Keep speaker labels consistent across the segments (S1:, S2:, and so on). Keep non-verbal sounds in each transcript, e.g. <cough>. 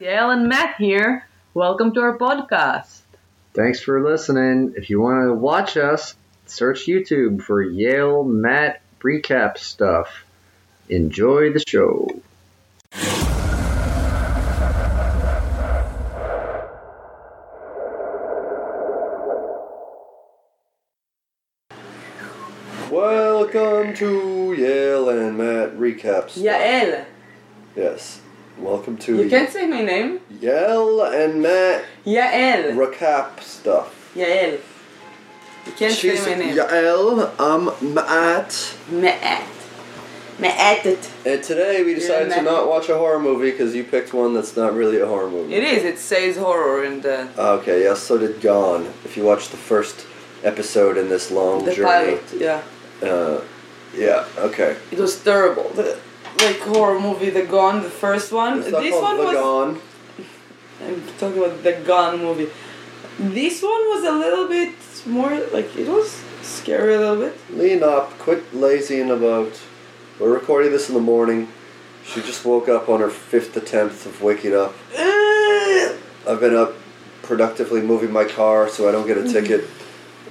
S1: Gail and Matt here. Welcome to our podcast.
S2: Thanks for listening. If you want to watch us, search YouTube for Yale Matt Recap Stuff. Enjoy the show.
S3: Welcome to Yale and Matt recaps.
S1: Yael.
S3: Yes. Welcome to
S1: You can't say my name.
S3: Yale and Matt
S1: Yael.
S3: recap stuff.
S1: Yael. You can't
S3: She's
S1: say my name.
S3: Yael. um, I'm Matt.
S1: Matt. Matt. It
S3: And today we decided to
S1: Matt.
S3: not watch a horror movie because you picked one that's not really a horror movie.
S1: is. It says horror in the,
S3: Okay. Yes. So did Gone. If you watch the first episode in this long
S1: the
S3: journey.
S1: pilot. Yeah.
S3: Uh, yeah. Okay.
S1: It was terrible. The, like horror movie The Gone, the first one.
S3: It's not
S1: Um, this one
S3: called The
S1: was.
S3: Gone.
S1: I'm talking about the Gone movie. This one was a little bit more like it was scary a little bit.
S3: Lean up, quit lazying about. We're recording this in the morning. She just woke up on her fifth attempt of waking up.
S1: Uh,
S3: I've been up productively moving my car so I
S1: <laughs>
S3: don't get a ticket.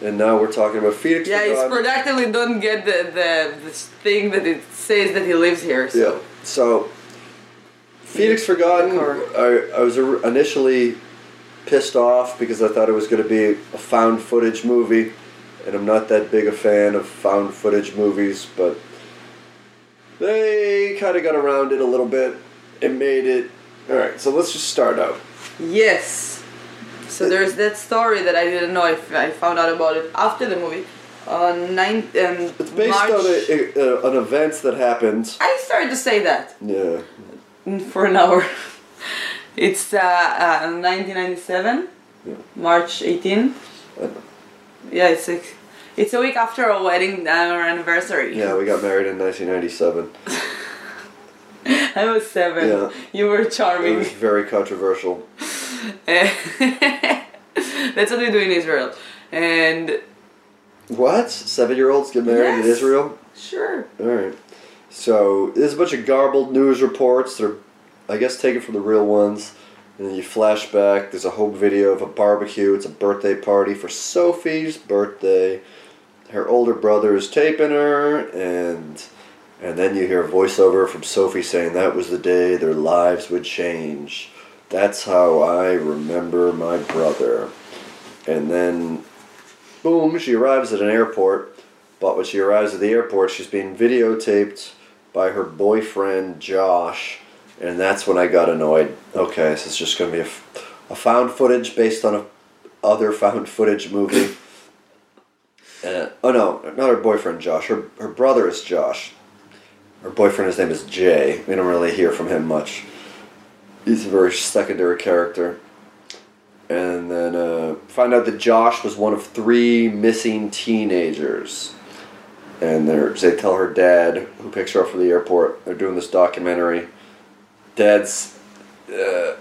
S3: And now we're talking about Phoenix.
S1: Yeah, it's
S3: Forgotten.
S1: productively don't get the, the the thing that it says that he lives here. So.
S3: Yeah. So, Phoenix Forgotten,
S1: Car.
S3: I, I was or- initially pissed off because I thought it was going to be a found footage movie, and I'm not that big a fan of found footage movies, but they kind of got around it a little bit and made it. Alright, so let's just start out.
S1: Yes. So there's that story that I didn't know. I, f- I found out about it after the movie. On nine um,
S3: It's based
S1: March.
S3: on a, a, an event that happened.
S1: I started to say that
S3: Yeah.
S1: for an hour. <laughs> it's uh, uh, 1997,
S3: Yeah.
S1: March 18. Yeah, it's like, it's a week after our wedding, our anniversary.
S3: Yeah, we got married in 1997.
S1: <laughs> I was seven.
S3: Yeah.
S1: You were
S3: It
S1: charming.
S3: was very controversial.
S1: Eh. <laughs> That's what we do in Israel. And
S3: What? Seven year olds get married
S1: Yes.
S3: in Israel?
S1: sure.
S3: Alright. So, there's a bunch of garbled news reports. They're, I guess, taken from the real ones. And then you flash back. There's a home video of a barbecue. It's a birthday party for Sophie's birthday. Her older brother is taping her, and and then you hear a voiceover from Sophie saying that was the day their lives would change. That's how I remember my brother. And then, boom, she arrives at an airport. But when she arrives at the airport, she's being videotaped by her boyfriend, Josh. And that's when I got annoyed. Okay, this is just going to be a, f- a found footage based on a other found footage movie. Uh, oh no, not her boyfriend Josh. Her, her brother is Josh. Her boyfriend, his name is Jay. We don't really hear from him much. He's a very secondary character and then uh, find out that Josh was one of three missing teenagers. And they're, they tell her dad, who picks her up from the airport, they're doing this documentary. Dad's uh,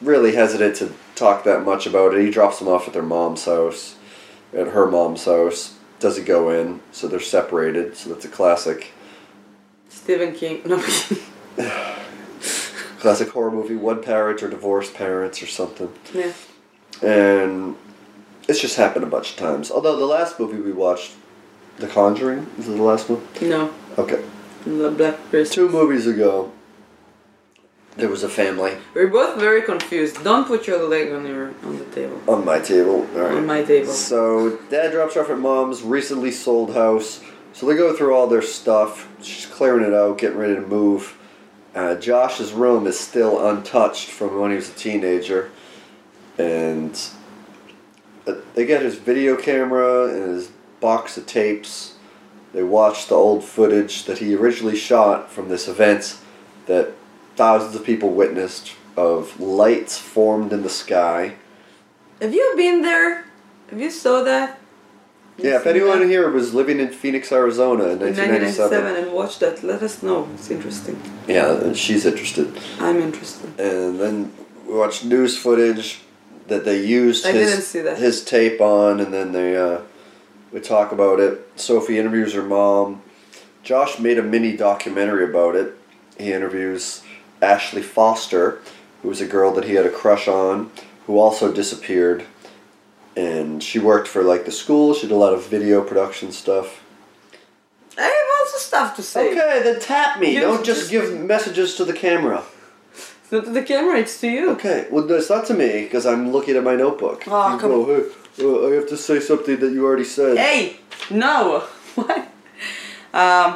S3: really hesitant to talk that much about it. He drops them off at their mom's house, at her mom's house. Doesn't go in, so they're separated. So that's a classic,
S1: Stephen King. No. <laughs>
S3: classic horror movie. One parent or divorced parents or something.
S1: yeah.
S3: and it's just happened a bunch of times. Although the last movie we watched, The Conjuring, is it the last one?
S1: No.
S3: Okay,
S1: The black person.
S3: two movies ago, there was a family
S1: We're both very confused. Don't put your leg on your on the table.
S3: on my table. All right.
S1: On my table.
S3: So dad drops her off at mom's recently sold house. So they go through all their stuff. She's clearing it out, getting ready to move. Uh, Josh's room is still untouched from when he was a teenager, and uh, they get his video camera and his box of tapes. They watch the old footage that he originally shot from this event that thousands of people witnessed of lights formed in the sky.
S1: Have you been there? Have you saw that?
S3: Yeah, if anyone here was living in Phoenix, Arizona in
S1: In 1997
S3: 1997.
S1: and watch that. Let us know. It's interesting.
S3: Yeah, and she's interested.
S1: I'm interested.
S3: And then we watched news footage that they used
S1: I
S3: his,
S1: didn't see that.
S3: his tape on, and then they uh, we talk about it. Sophie interviews her mom. Josh made a mini documentary about it. He interviews Ashley Foster, who was a girl that he had a crush on, who also disappeared. And she worked for like the school. She did a lot of video production stuff.
S1: I have also stuff to say.
S3: Okay, then tap me.
S1: You
S3: Don't
S1: just-
S3: just give messages to the camera.
S1: It's not to the camera, it's to you.
S3: Okay, well, no, it's not to me because I'm looking at my notebook.
S1: Ah,
S3: You
S1: come
S3: go, "Hey, uh, I have to say something that you already said.
S1: Hey! No! <laughs> what? Um,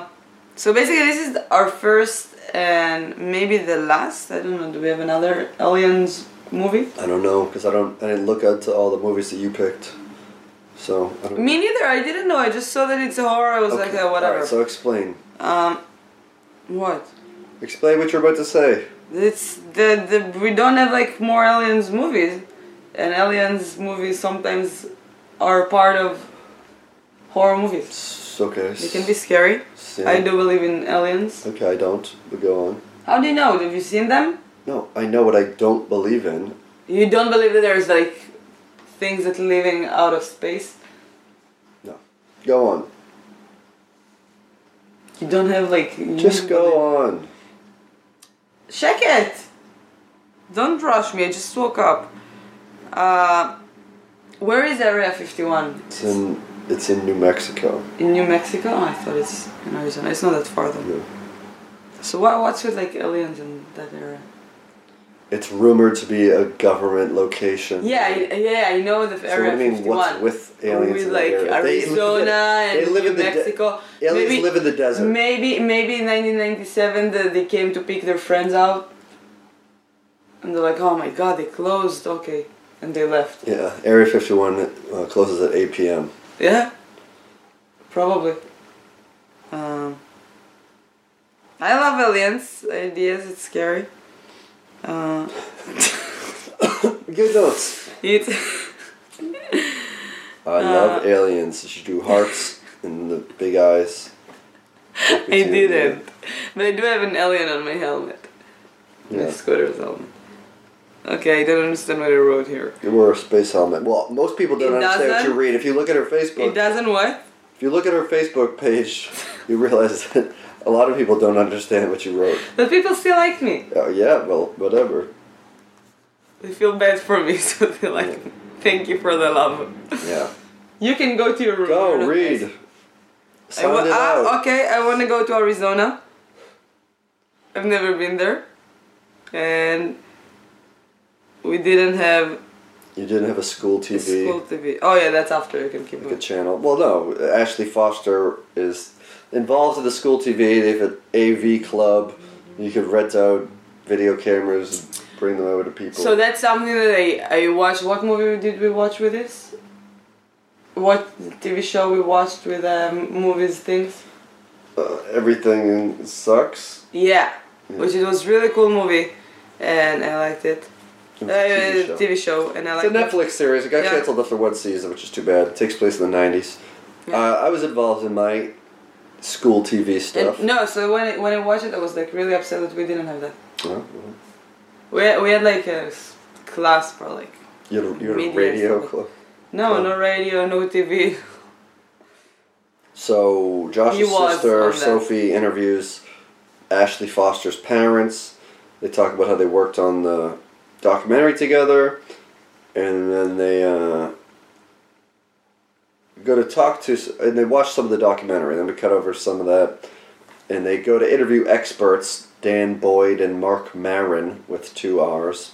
S1: so basically, this is our first and maybe the last. I don't know, do we have another Aliens movie?
S3: I don't know because I don't. I didn't look into all the movies that you picked, so I don't.
S1: Me neither, I didn't know. I just saw that it's a horror. I was like,
S3: Okay,
S1: oh, whatever.
S3: alright, so explain.
S1: um, what?
S3: Explain what you're about to say.
S1: It's the, the we don't have like more aliens movies, and aliens movies sometimes are part of horror movies.
S3: S- Okay.
S1: They can be scary.
S3: s- yeah.
S1: I do believe in aliens.
S3: Okay, I don't. But go on.
S1: How do you know? Have you seen them?
S3: No, I know what I don't believe in.
S1: You don't believe that there's like things that living out of space.
S3: No. Go on.
S1: You don't have like. you don't
S3: Just go
S1: believe-
S3: on.
S1: Check it. Don't rush me. I just woke up. Uh, where is Area Fifty One?
S3: It's in. It's in New Mexico.
S1: In New Mexico? Oh, I thought it's in Arizona. It's not that far though.
S3: Yeah.
S1: So what, what's with like aliens in that area?
S3: It's rumored to be a government location.
S1: Yeah, I, yeah, I know the
S3: So
S1: area
S3: what do you mean?
S1: 51.
S3: What's with aliens
S1: with
S3: in that
S1: like
S3: area? They live in the-
S1: Arizona
S3: they
S1: and
S3: live
S1: New
S3: in the de-
S1: Mexico.
S3: Aliens
S1: maybe,
S3: live in the desert.
S1: Maybe maybe in 1997 the, they came to pick their friends out, and they're like, oh my god, they closed. Okay, and they left.
S3: Yeah, Area 51 uh, closes at 8 p.m.
S1: Yeah, probably. Um, I love aliens ideas. It's scary. Uh,
S3: Good notes.
S1: <laughs> it's
S3: I
S1: Uh,
S3: love aliens. You should do
S1: <laughs>
S3: hearts and the big eyes. I
S1: I didn't, but I do have an alien on my helmet. My
S3: Yeah.
S1: scooter's helmet. Okay, I don't understand what I wrote here.
S3: You wore a space helmet. Well, most people
S1: It
S3: don't understand what
S1: doesn't?
S3: you read. If you look at her
S1: It
S3: Facebook,
S1: doesn't what?
S3: if you look at her
S1: <laughs>
S3: Facebook page, you realize <laughs> that a lot of people don't understand what you wrote.
S1: But people still like me.
S3: Oh yeah, well, whatever.
S1: They feel bad for me, <laughs> so they like me. Thank you for the love. <laughs>
S3: Yeah.
S1: You can go to your room. You're
S3: Go
S1: not
S3: read.
S1: nice. I
S3: Sound
S1: wa-
S3: it
S1: ah,
S3: out.
S1: Okay, I want to go to Arizona. I've never been there. And we didn't have
S3: You didn't have a school TV.
S1: school TV. Oh, yeah, that's after. You can keep
S3: like a
S1: going.
S3: channel. Well, no, Ashley Foster is involved in the school TV. They have an AV club. You could rent out video cameras and bring them over to people.
S1: So that's something that I, I watched. What movie did we watch with this? What TV show we watched with um, movies things?
S3: uh, everything sucks.
S1: Yeah,
S3: Yeah.
S1: which it was really cool movie, and I liked it.
S3: It's a
S1: Uh, TV,
S3: show.
S1: show. and I
S3: It's a
S1: liked it.
S3: Netflix series. It got
S1: Yeah.
S3: canceled after one season, which is too bad. It takes place in the 90s.
S1: Yeah.
S3: Uh, I was involved in my school TV stuff.
S1: And, no, so when I, when I watched it, I was like really upset that we didn't have that.
S3: Oh, well.
S1: We had, we had like a s- class for like
S3: You had a, you had a
S1: Media
S3: radio
S1: stuff.
S3: club.
S1: no
S3: Oh.
S1: no radio no TV.
S3: So Josh's
S1: He was
S3: sister
S1: on that.
S3: Sophie interviews Ashley Foster's parents. They talk about how they worked on the documentary together, and then they uh, go to talk to and they watch some of the documentary. Then we cut over some of that, and they go to interview experts Dan Boyd and Mark Marin with two R's.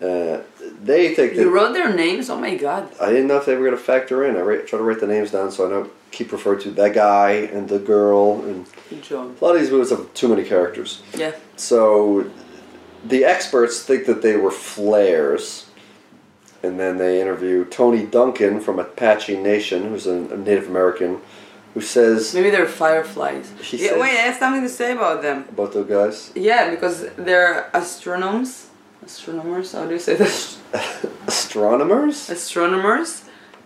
S3: Uh, they think that
S1: <laughs> You wrote their names. Oh my god.
S3: I didn't know if they were going to factor in. I ra- try to write the names down so I don't keep referring to that guy and the girl. And
S1: Good job.
S3: a lot of these movies have too many characters.
S1: Yeah.
S3: So the experts think that they were flares. And then they interview Tony Duncan from Apache Nation, who's a a Native American, who says
S1: Maybe they're fireflies.
S3: She
S1: yeah,
S3: says-
S1: wait, I have something to say about them.
S3: about those guys.
S1: Yeah, because they're astronomers. Astronomers, how do you say that? <laughs>
S3: Astronomers?
S1: Astronomers.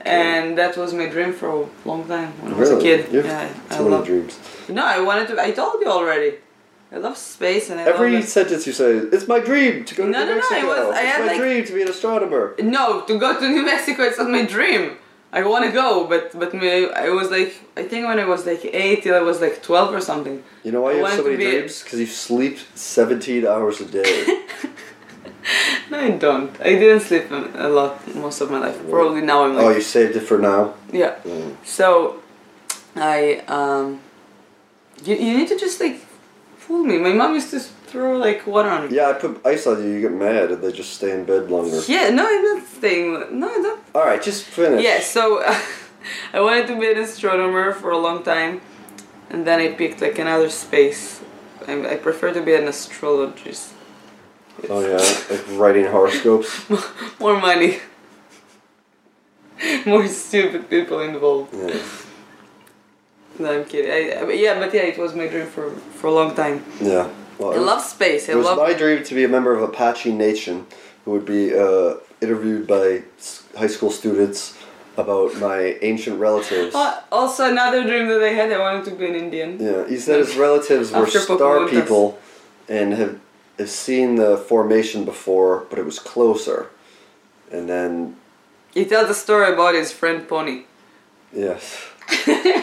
S1: And that was my dream for a long time when I was
S3: Really?
S1: a kid.
S3: You have
S1: Yeah, I
S3: too many
S1: love.
S3: dreams.
S1: No, I wanted to. I told you already. I love space and I
S3: Every
S1: love.
S3: sentence you say, it's my dream to go to
S1: No,
S3: New
S1: no, no, it
S3: Mexico.
S1: was- I
S3: it's
S1: had,
S3: my
S1: like-
S3: dream to be an astronomer.
S1: No, to go to New Mexico, it's not my dream. I want to go, but but me, I was like, I think when I was like eight till I was like twelve or something.
S3: You know why
S1: I
S3: you have
S1: wanted
S3: so
S1: to
S3: many
S1: be a- <laughs>
S3: dreams? Because you sleep 17 hours a day.
S1: No, I don't. I didn't sleep a lot most of my life. Probably now I'm like,
S3: Oh, you saved it for now.
S1: yeah.
S3: Mm.
S1: So, I um, you, you need to just like fool me. My mom used to throw like water on me.
S3: Yeah, I put ice on you. You get mad, and they just stay in bed longer.
S1: Yeah, no, I'm not saying no. I don't
S3: All right, just finish.
S1: Yeah, so <laughs> I wanted to be an astronomer for a long time, and then I picked like another space. I, I prefer to be an astrologist. <laughs>
S3: Oh yeah, like writing horoscopes.
S1: More money, <laughs> more stupid people involved.
S3: Yeah.
S1: No, I'm kidding. I, I- but yeah, but yeah, it was my dream for for a long time.
S3: yeah. Well,
S1: I love space. I
S3: It was
S1: love.
S3: my dream to be a member of Apache Nation, who would be uh, interviewed by s- high school students about my ancient relatives.
S1: Oh, also, another dream that I had, I wanted to be an Indian.
S3: Yeah, he said his relatives were
S1: After
S3: star
S1: Pocahontas.
S3: people, and have have seen the formation before, but it was closer. And then
S1: He tells a story about his friend Pony, <laughs>
S3: yes,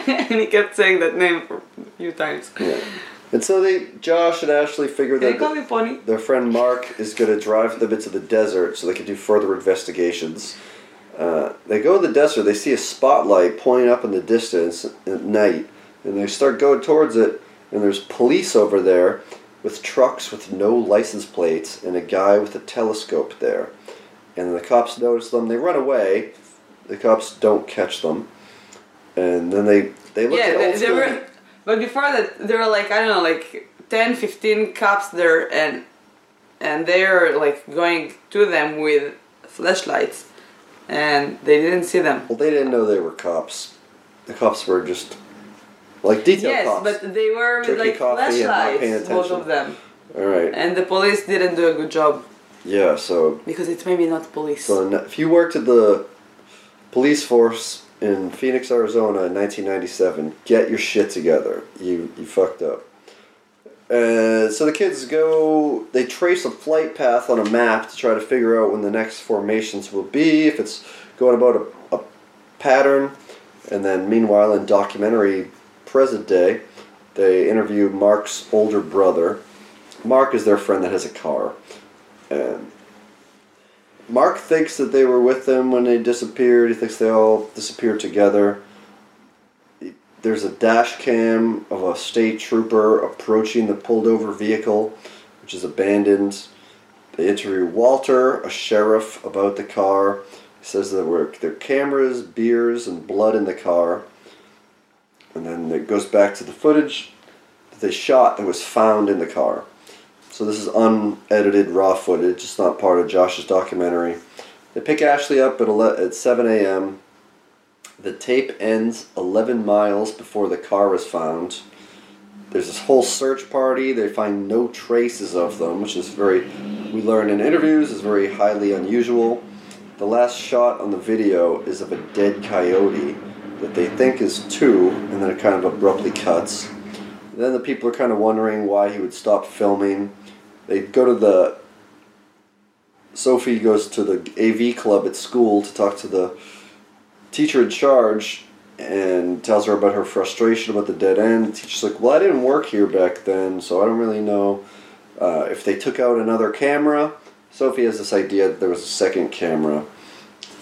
S1: and he kept saying that name for a few times.
S3: yeah. And so they, Josh and Ashley, figured
S1: Can
S3: that
S1: you call me Pony?
S3: Their friend Mark is going to drive them into the desert so they can do further investigations. Uh, they go to the desert, they see a spotlight pointing up in the distance at night, and they start going towards it, and there's police over there with trucks with no license plates and a guy with a telescope there. And the cops notice them, they run away. The cops don't catch them. And then they, they look
S1: yeah,
S3: at
S1: they,
S3: old
S1: they
S3: school-
S1: were. But before that, there were like I don't know, like 10, 15 cops there, and and they're like going to them with flashlights, and they didn't see them.
S3: Well, they didn't know they were cops. The cops were just like detail
S1: yes,
S3: cops.
S1: but they were with
S3: Drinking
S1: like
S3: coffee and not paying
S1: flashlights, both
S3: attention.
S1: of them,
S3: All right.
S1: and the police didn't do a good job
S3: Yeah. So,
S1: because it's maybe not police.
S3: so n- if you worked at the police force in Phoenix, Arizona, in 1997, get your shit together. You you fucked up. Uh, so the kids go. They trace a flight path on a map to try to figure out when the next formations will be. If it's going about a, a pattern, and then meanwhile in documentary present day, they interview Mark's older brother. Mark is their friend that has a car, and Mark thinks that they were with them when they disappeared. He thinks they all disappeared together. There's a dash cam of a state trooper approaching the pulled over vehicle, which is abandoned. They interview Walter, a sheriff, about the car. He says there were there are cameras, beers, and blood in the car. And then it goes back to the footage that they shot that was found in the car. So this is unedited raw footage. It's not part of Josh's documentary. They pick Ashley up at, ele- at 7 a.m. The tape ends 11 miles before the car is found. There's this whole search party. They find no traces of them, which is very, we learn in interviews, is very highly unusual. The last shot on the video is of a dead coyote that they think is two, and then it kind of abruptly cuts. Then the people are kind of wondering why he would stop filming. They go to the. Sophie goes to the AV club at school to talk to the teacher in charge and tells her about her frustration about the dead end. The teacher's like, Well, I didn't work here back then, so I don't really know uh, if they took out another camera. Sophie has this idea that there was a second camera.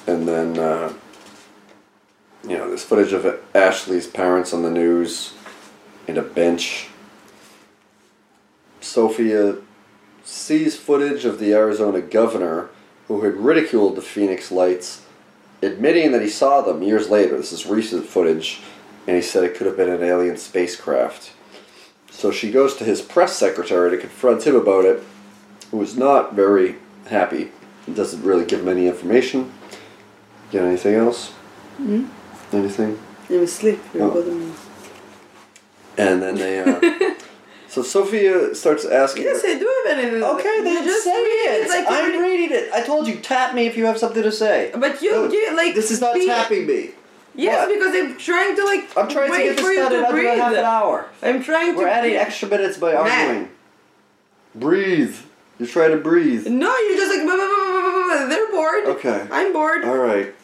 S3: And then, uh, you know, there's footage of Ashley's parents on the news and a bench. Sophia sees footage of the Arizona governor who had ridiculed the Phoenix lights, admitting that he saw them years later. This is recent footage, and he said it could have been an alien spacecraft. So she goes to his press secretary to confront him about it, who is not very happy. He doesn't really give him any information. Got anything else? Mm-hmm. Anything?
S1: you were asleep. You were
S3: Oh.
S1: bothering me.
S3: And then they.
S1: <laughs>
S3: Uh, so Sophia starts asking.
S1: Yes,
S3: her-
S1: I do have anything.
S3: okay,
S1: you
S3: then
S1: just
S3: say
S1: read
S3: it.
S1: it. Like,
S3: I'm
S1: you-
S3: reading it. I told you, tap me if you have something to say.
S1: but you,
S3: No,
S1: you like
S3: Oh, This is not
S1: speak-
S3: tapping me.
S1: Yes,
S3: What?
S1: because I'm trying to like.
S3: I'm trying
S1: wait
S3: to get
S1: for
S3: this
S1: you
S3: done in
S1: to
S3: under a half an
S1: breathe.
S3: hour.
S1: I'm trying to.
S3: We're adding
S1: breathe.
S3: extra minutes by
S1: Matt.
S3: arguing. Breathe. You're trying to breathe.
S1: No, you're just like "Blah, blah, blah, blah, blah, blah." they're bored.
S3: Okay.
S1: I'm bored.
S3: All right.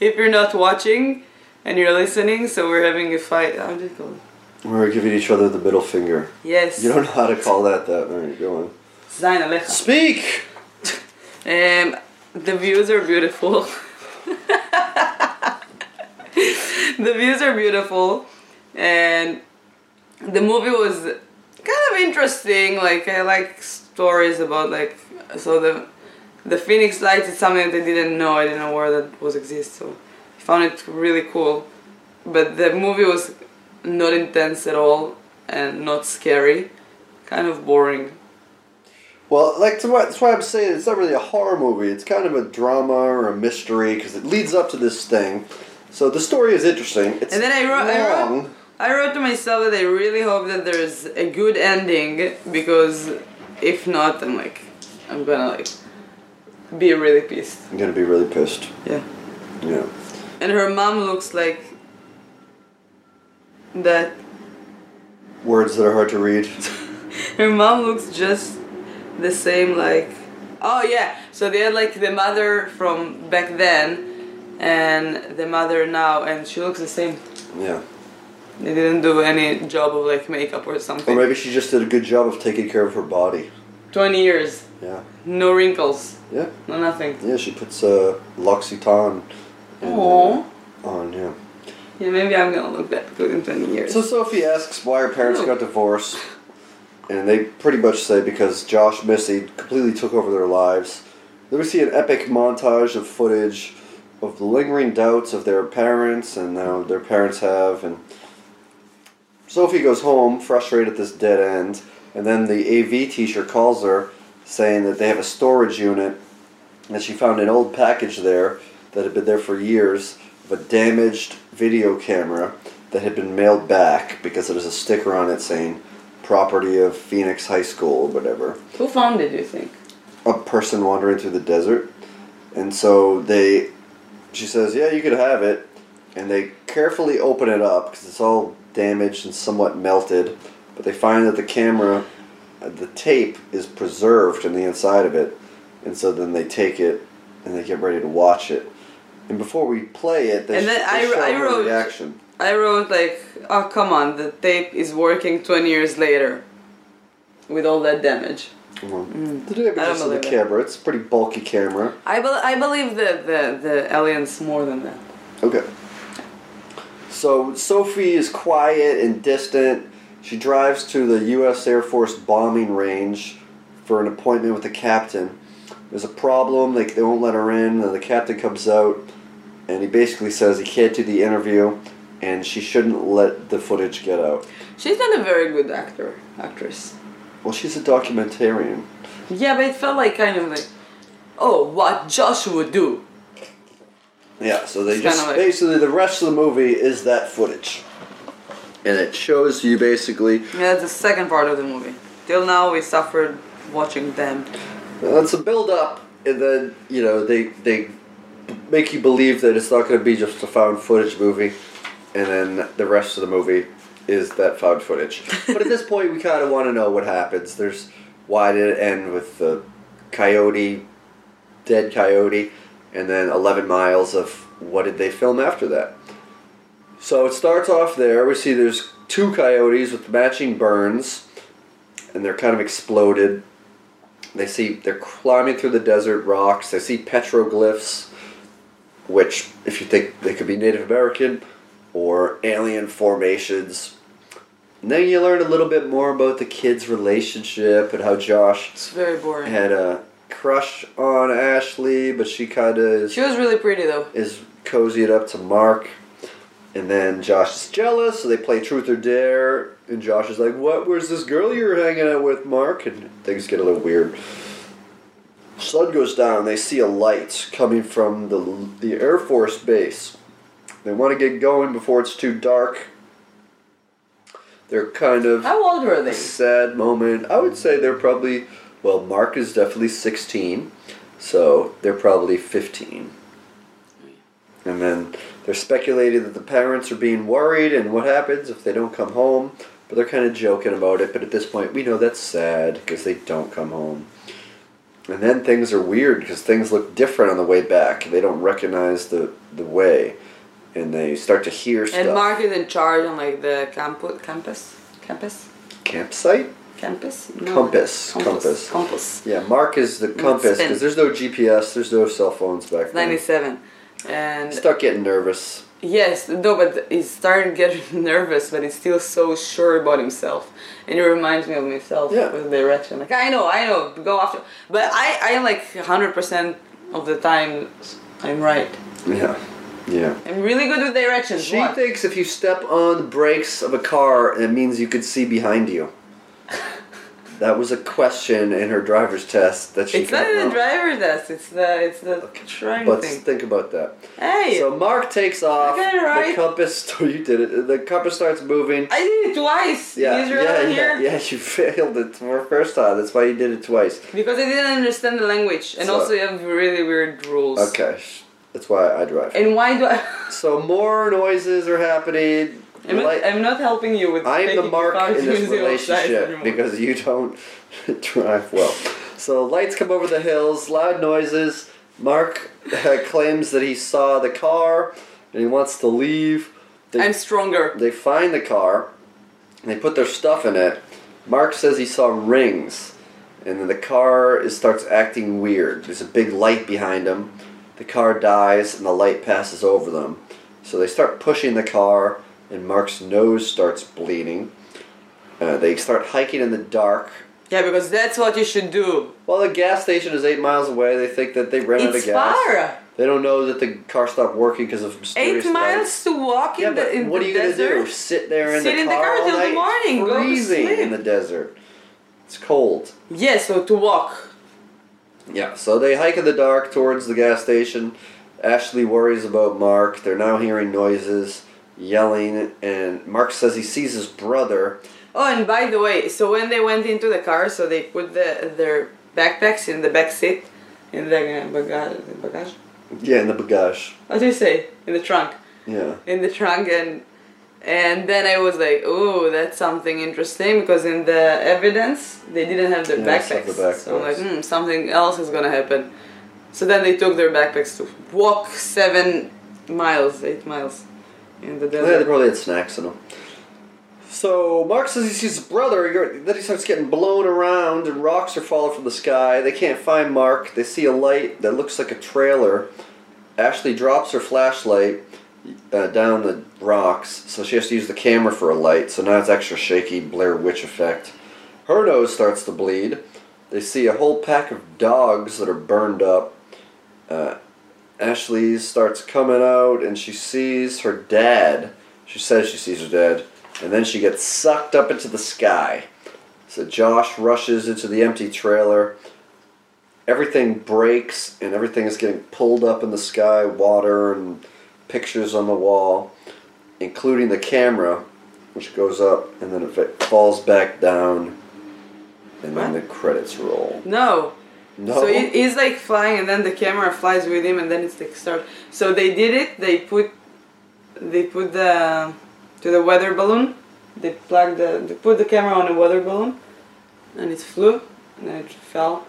S1: If you're not watching and you're listening, so we're having a fight. How do you call it?
S3: We were giving each other the middle finger.
S1: Yes.
S3: You don't know how to call that that. All right, go on.
S1: Zayn Alecha.
S3: Speak!
S1: Um, the views are beautiful. the views are beautiful, and the movie was kind of interesting. Like I like stories about like so the the Phoenix Lights is something that I didn't know. I didn't know where that was exist. So I found it really cool, but the movie was not intense at all and not scary. Kind of boring.
S3: Well, like to what, that's why I'm saying it's not really a horror movie. It's kind of a drama or a mystery because it leads up to this thing. So the story is interesting. It's
S1: And then I wrote, I
S3: long.
S1: wrote, I wrote to myself that I really hope that there's a good ending because if not, I'm like, I'm gonna like be really pissed.
S3: I'm gonna be really pissed.
S1: Yeah.
S3: Yeah.
S1: And her mom looks like that.
S3: Words that are hard to read. <laughs>
S1: Her mom looks just the same, like. Oh yeah. So they had like the mother from back then, and the mother now, and she looks the same.
S3: Yeah.
S1: They didn't do any job of like makeup or
S3: Or
S1: something.
S3: maybe she just did a good job of taking care of her body.
S1: Twenty years.
S3: Yeah.
S1: No wrinkles.
S3: Yeah.
S1: No nothing.
S3: Yeah. She puts uh, L'Occitane in, uh,
S1: Aww.
S3: on. Yeah.
S1: Yeah, maybe I'm gonna look that good in 20 years.
S3: So Sophie asks why her parents got divorced, and they pretty much say because Josh Missy completely took over their lives. Then we see an epic montage of footage of the lingering doubts of their parents and how their parents have, and Sophie goes home frustrated at this dead end, and then the AV teacher calls her saying that they have a storage unit and she found an old package there that had been there for years of a damaged video camera that had been mailed back because there was a sticker on it saying property of Phoenix High School or whatever.
S1: Who found it, you think?
S3: A person wandering through the desert. And so they she says, "Yeah, you could have it." And they carefully open it up because it's all damaged and somewhat melted, but they find that the camera, uh, the tape is preserved in the inside of it, and so then they take it and they get ready to watch it. And before we play it, they,
S1: And
S3: sh-
S1: then
S3: they
S1: I-
S3: show
S1: I
S3: her
S1: wrote-
S3: reaction.
S1: I wrote, like, oh, come on, the tape is working 20 years later with all that damage.
S3: Well, The damage
S1: I don't
S3: is in the
S1: believe it.
S3: camera. It's a pretty bulky camera.
S1: I, bel I believe the, the, the aliens more than that.
S3: Okay. So Sophie is quiet and distant. She drives to the U.S. Air Force bombing range for an appointment with the captain. There's a problem. They, they won't let her in. And the captain comes out, and he basically says he can't do the interview, and she shouldn't let the footage get out.
S1: She's not a very good actor, actress.
S3: Well, she's a documentarian.
S1: Yeah, but it felt like kind of like, oh, what Josh would do.
S3: Yeah, so they
S1: It's
S3: just
S1: kinda like-
S3: basically the rest of the movie is that footage, and it shows you basically
S1: Yeah, that's the second part of the movie. Till now, we suffered watching them.
S3: Well, it's a build up, and then you know they they make you believe that it's not going to be just a found footage movie, and then the rest of the movie is that found footage. but at this point, we kind of want to know what happens. There's why did it end with the coyote, dead coyote, and then eleven miles of what did they film after that? So it starts off there. We see there's two coyotes with matching burns, and they're kind of exploded. They see they're climbing through the desert rocks. They see petroglyphs, which, if you think they could be Native American or alien formations. And then you learn a little bit more about the kids' relationship and how Josh
S1: It's very boring.
S3: had a crush on Ashley, but she kind of is
S1: She was really pretty, though.
S3: is cozy it up to Mark, and then Josh is jealous, so they play truth or dare, and Josh is like, "What? Where's this girl you're hanging out with, Mark?" And things get a little weird. Sun goes down. They see a light coming from the the Air Force base. They want to get going before it's too dark. They're kind of
S1: How old were
S3: a
S1: they?
S3: sad moment. I would say they're probably well, Mark is definitely sixteen, so they're probably fifteen. And then they're speculating that the parents are being worried and what happens if they don't come home. But they're kind of joking about it. But at this point, we know that's sad because they don't come home. And then things are weird because things look different on the way back. They don't recognize the, the way. and they start to hear stuff.
S1: And Mark is in charge on like the campu- campus, campus,
S3: Campsite?
S1: campus, compass,
S3: Compass, compass.
S1: compass.
S3: Yeah, Mark is the compass
S1: spin.
S3: because there's no GPS, there's no cell phones back then.
S1: Ninety-seven, and
S3: Start getting nervous.
S1: Yes, no, but he's starting to get <laughs> nervous, but he's still so sure about himself. And it reminds me of myself
S3: Yeah.
S1: with the direction. Like, I know, I know, go after. But I, I like 100% of the time, I'm right.
S3: Yeah, yeah.
S1: I'm really good with directions.
S3: She
S1: what?
S3: thinks if you step on the brakes of a car, it means you could see
S1: <laughs>
S3: behind you. that was a question in her driver's test that she
S1: it's
S3: got
S1: not in
S3: wrong.
S1: the driver's test, it's the, it's the trying
S3: But
S1: thing.
S3: think about that.
S1: Hey,
S3: So Mark takes off.
S1: got it right.
S3: The compass. <laughs> You did it. The compass starts moving.
S1: I did it twice
S3: yeah,
S1: in Israel
S3: yeah,
S1: and
S3: yeah,
S1: here.
S3: yeah. <laughs> You failed it for the first time. That's why you did it twice.
S1: Because I didn't understand the language. And
S3: So-
S1: also, you have really weird rules.
S3: Okay, sh- that's why I drive.
S1: And why do I. <laughs>
S3: So more noises are happening.
S1: I'm not,
S3: Like-
S1: I'm not helping you with.
S3: I am the
S1: taking your car
S3: mark in
S1: to zero
S3: this
S1: size
S3: relationship
S1: anymore.
S3: because you don't <laughs> drive well. So lights come over the hills, loud noises. Mark uh, claims that he saw the car and he wants to leave. They,
S1: I'm stronger.
S3: they find the car and they put their stuff in it. Mark says he saw rings and then the car is, starts acting weird. There's a big light behind him. The car dies and the light passes over them. So they start pushing the car and Mark's nose starts bleeding. Uh, they start hiking in the dark.
S1: Yeah, because that's what you should do.
S3: Well, the gas station is eight miles away. They think that they ran out of
S1: It's
S3: gas.
S1: far.
S3: They don't know that the car stopped working because of mysterious
S1: Eight
S3: lights.
S1: miles to walk in
S3: Yeah,
S1: the
S3: but
S1: in
S3: what
S1: the
S3: are you gonna
S1: desert.
S3: do? Sit there in
S1: Sit
S3: the
S1: in the
S3: car,
S1: car
S3: all
S1: till the
S3: night,
S1: morning, go to
S3: freezing in
S1: sleep.
S3: the desert. It's cold.
S1: Yes, so to walk.
S3: Yeah. So they hike in the dark towards the gas station. Ashley worries about Mark. They're now hearing noises, yelling, and Mark says he sees his brother.
S1: Oh, and by the way, so when they went into the car, so they put the their backpacks in the back seat, in the uh, bagage. bagage?
S3: Yeah, in the bagage.
S1: What do you say? In the trunk.
S3: Yeah.
S1: in the trunk and and then I was like, oh, that's something interesting because in the evidence they didn't have their
S3: Yeah, it's not
S1: backpacks.
S3: the backpacks.
S1: So I'm like, hmm, something else is gonna happen. So then they took their backpacks to walk seven miles, eight miles in the
S3: Yeah, they
S1: desert.
S3: probably had snacks in them. So Mark says he sees his brother. you're- Then he starts getting blown around, and rocks are falling from the sky. They can't find Mark. They see a light that looks like a trailer. Ashley drops her flashlight uh, down the rocks, so she has to use the camera for a light. So now it's extra shaky, Blair Witch effect. Her nose starts to bleed. They see a whole pack of dogs that are burned up. Uh, Ashley starts coming out and she sees her dad. She says she sees her dad, and then she gets sucked up into the sky. So Josh rushes into the empty trailer. Everything breaks and everything is getting pulled up in the sky, water and pictures on the wall, including the camera, which goes up and then it falls back down. And then the credits roll.
S1: No.
S3: No.
S1: So he- he's like flying, and then the camera flies with him, and then it's like start. So they did it. They put, they put the to the weather balloon. They plugged the they put the camera on a weather balloon, and it flew, and then it fell.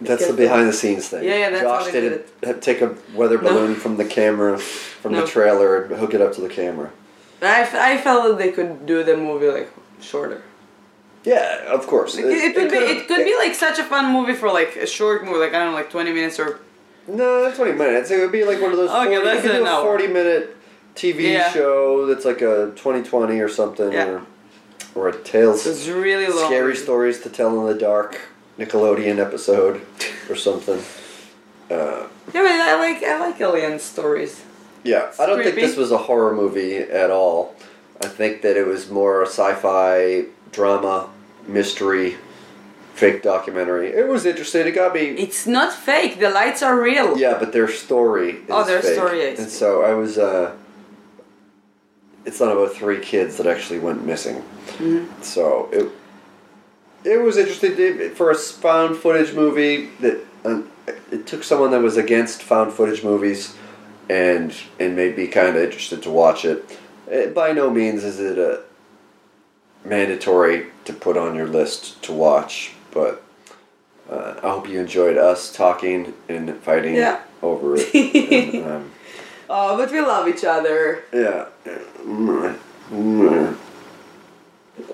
S3: That's the behind the scenes thing.
S1: Yeah, yeah, that's how
S3: Josh
S1: they
S3: did
S1: did
S3: it. Take a weather
S1: No.
S3: balloon from the camera, from
S1: No.
S3: the trailer, and hook it up to the camera.
S1: I, f- I felt that they could do the movie like shorter.
S3: Yeah, of course.
S1: It, it could be
S3: could've-
S1: it could be like such a fun movie for like a short movie, like I don't know, like twenty minutes or
S3: No, twenty minutes. It would be like one of those.
S1: Okay,
S3: 40,
S1: that's
S3: you could
S1: an
S3: do a
S1: hour.
S3: forty-minute TV
S1: Yeah.
S3: show that's like a twenty twenty or something,
S1: Yeah.
S3: or or a tales,
S1: so it's really long.
S3: scary stories to tell in the dark, Nickelodeon episode or something. Uh,
S1: Yeah, but I like I like alien stories.
S3: Yeah, I don't think
S1: creepy.
S3: this was a horror movie at all. I think that it was more a sci-fi drama, mystery, fake documentary. It was interesting. It got me.
S1: It's not fake. The lights are real.
S3: Yeah, but their story. Is
S1: Oh, their
S3: fake.
S1: story is.
S3: And so I was. Uh, it's not about three kids that actually went missing.
S1: Mm-hmm.
S3: So it. It was interesting to- for a s- found footage movie that uh, it took someone that was against found footage movies, and and made me kind of interested to watch it. it. By no means is it a mandatory to put on your list to watch, but uh, I hope you enjoyed us talking and fighting
S1: <laughs> Yeah.
S3: over it. and, um,
S1: Oh, but we love each other.
S3: Yeah. Mm, mm.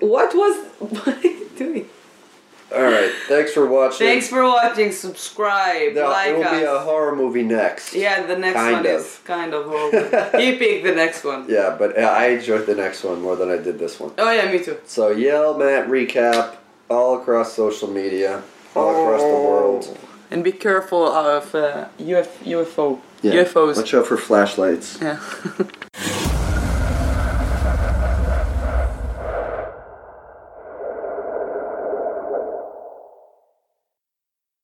S1: What was. <laughs> What are you doing?
S3: All right. Thanks for watching.
S1: Thanks for watching. Subscribe.
S3: Now,
S1: like
S3: it will
S1: us.
S3: be a horror movie next.
S1: yeah, the next
S3: Kind
S1: one
S3: of.
S1: is kind of
S3: <laughs>
S1: horrible. you pick the next one.
S3: Yeah, but uh, I enjoyed the next one more than I did this one.
S1: Oh, yeah, me too.
S3: So yell, Matt, recap all across social media, all across the world.
S1: And be careful of uh, UF, UFO.
S3: Yeah.
S1: UFOs.
S3: Watch out for flashlights.
S1: Yeah.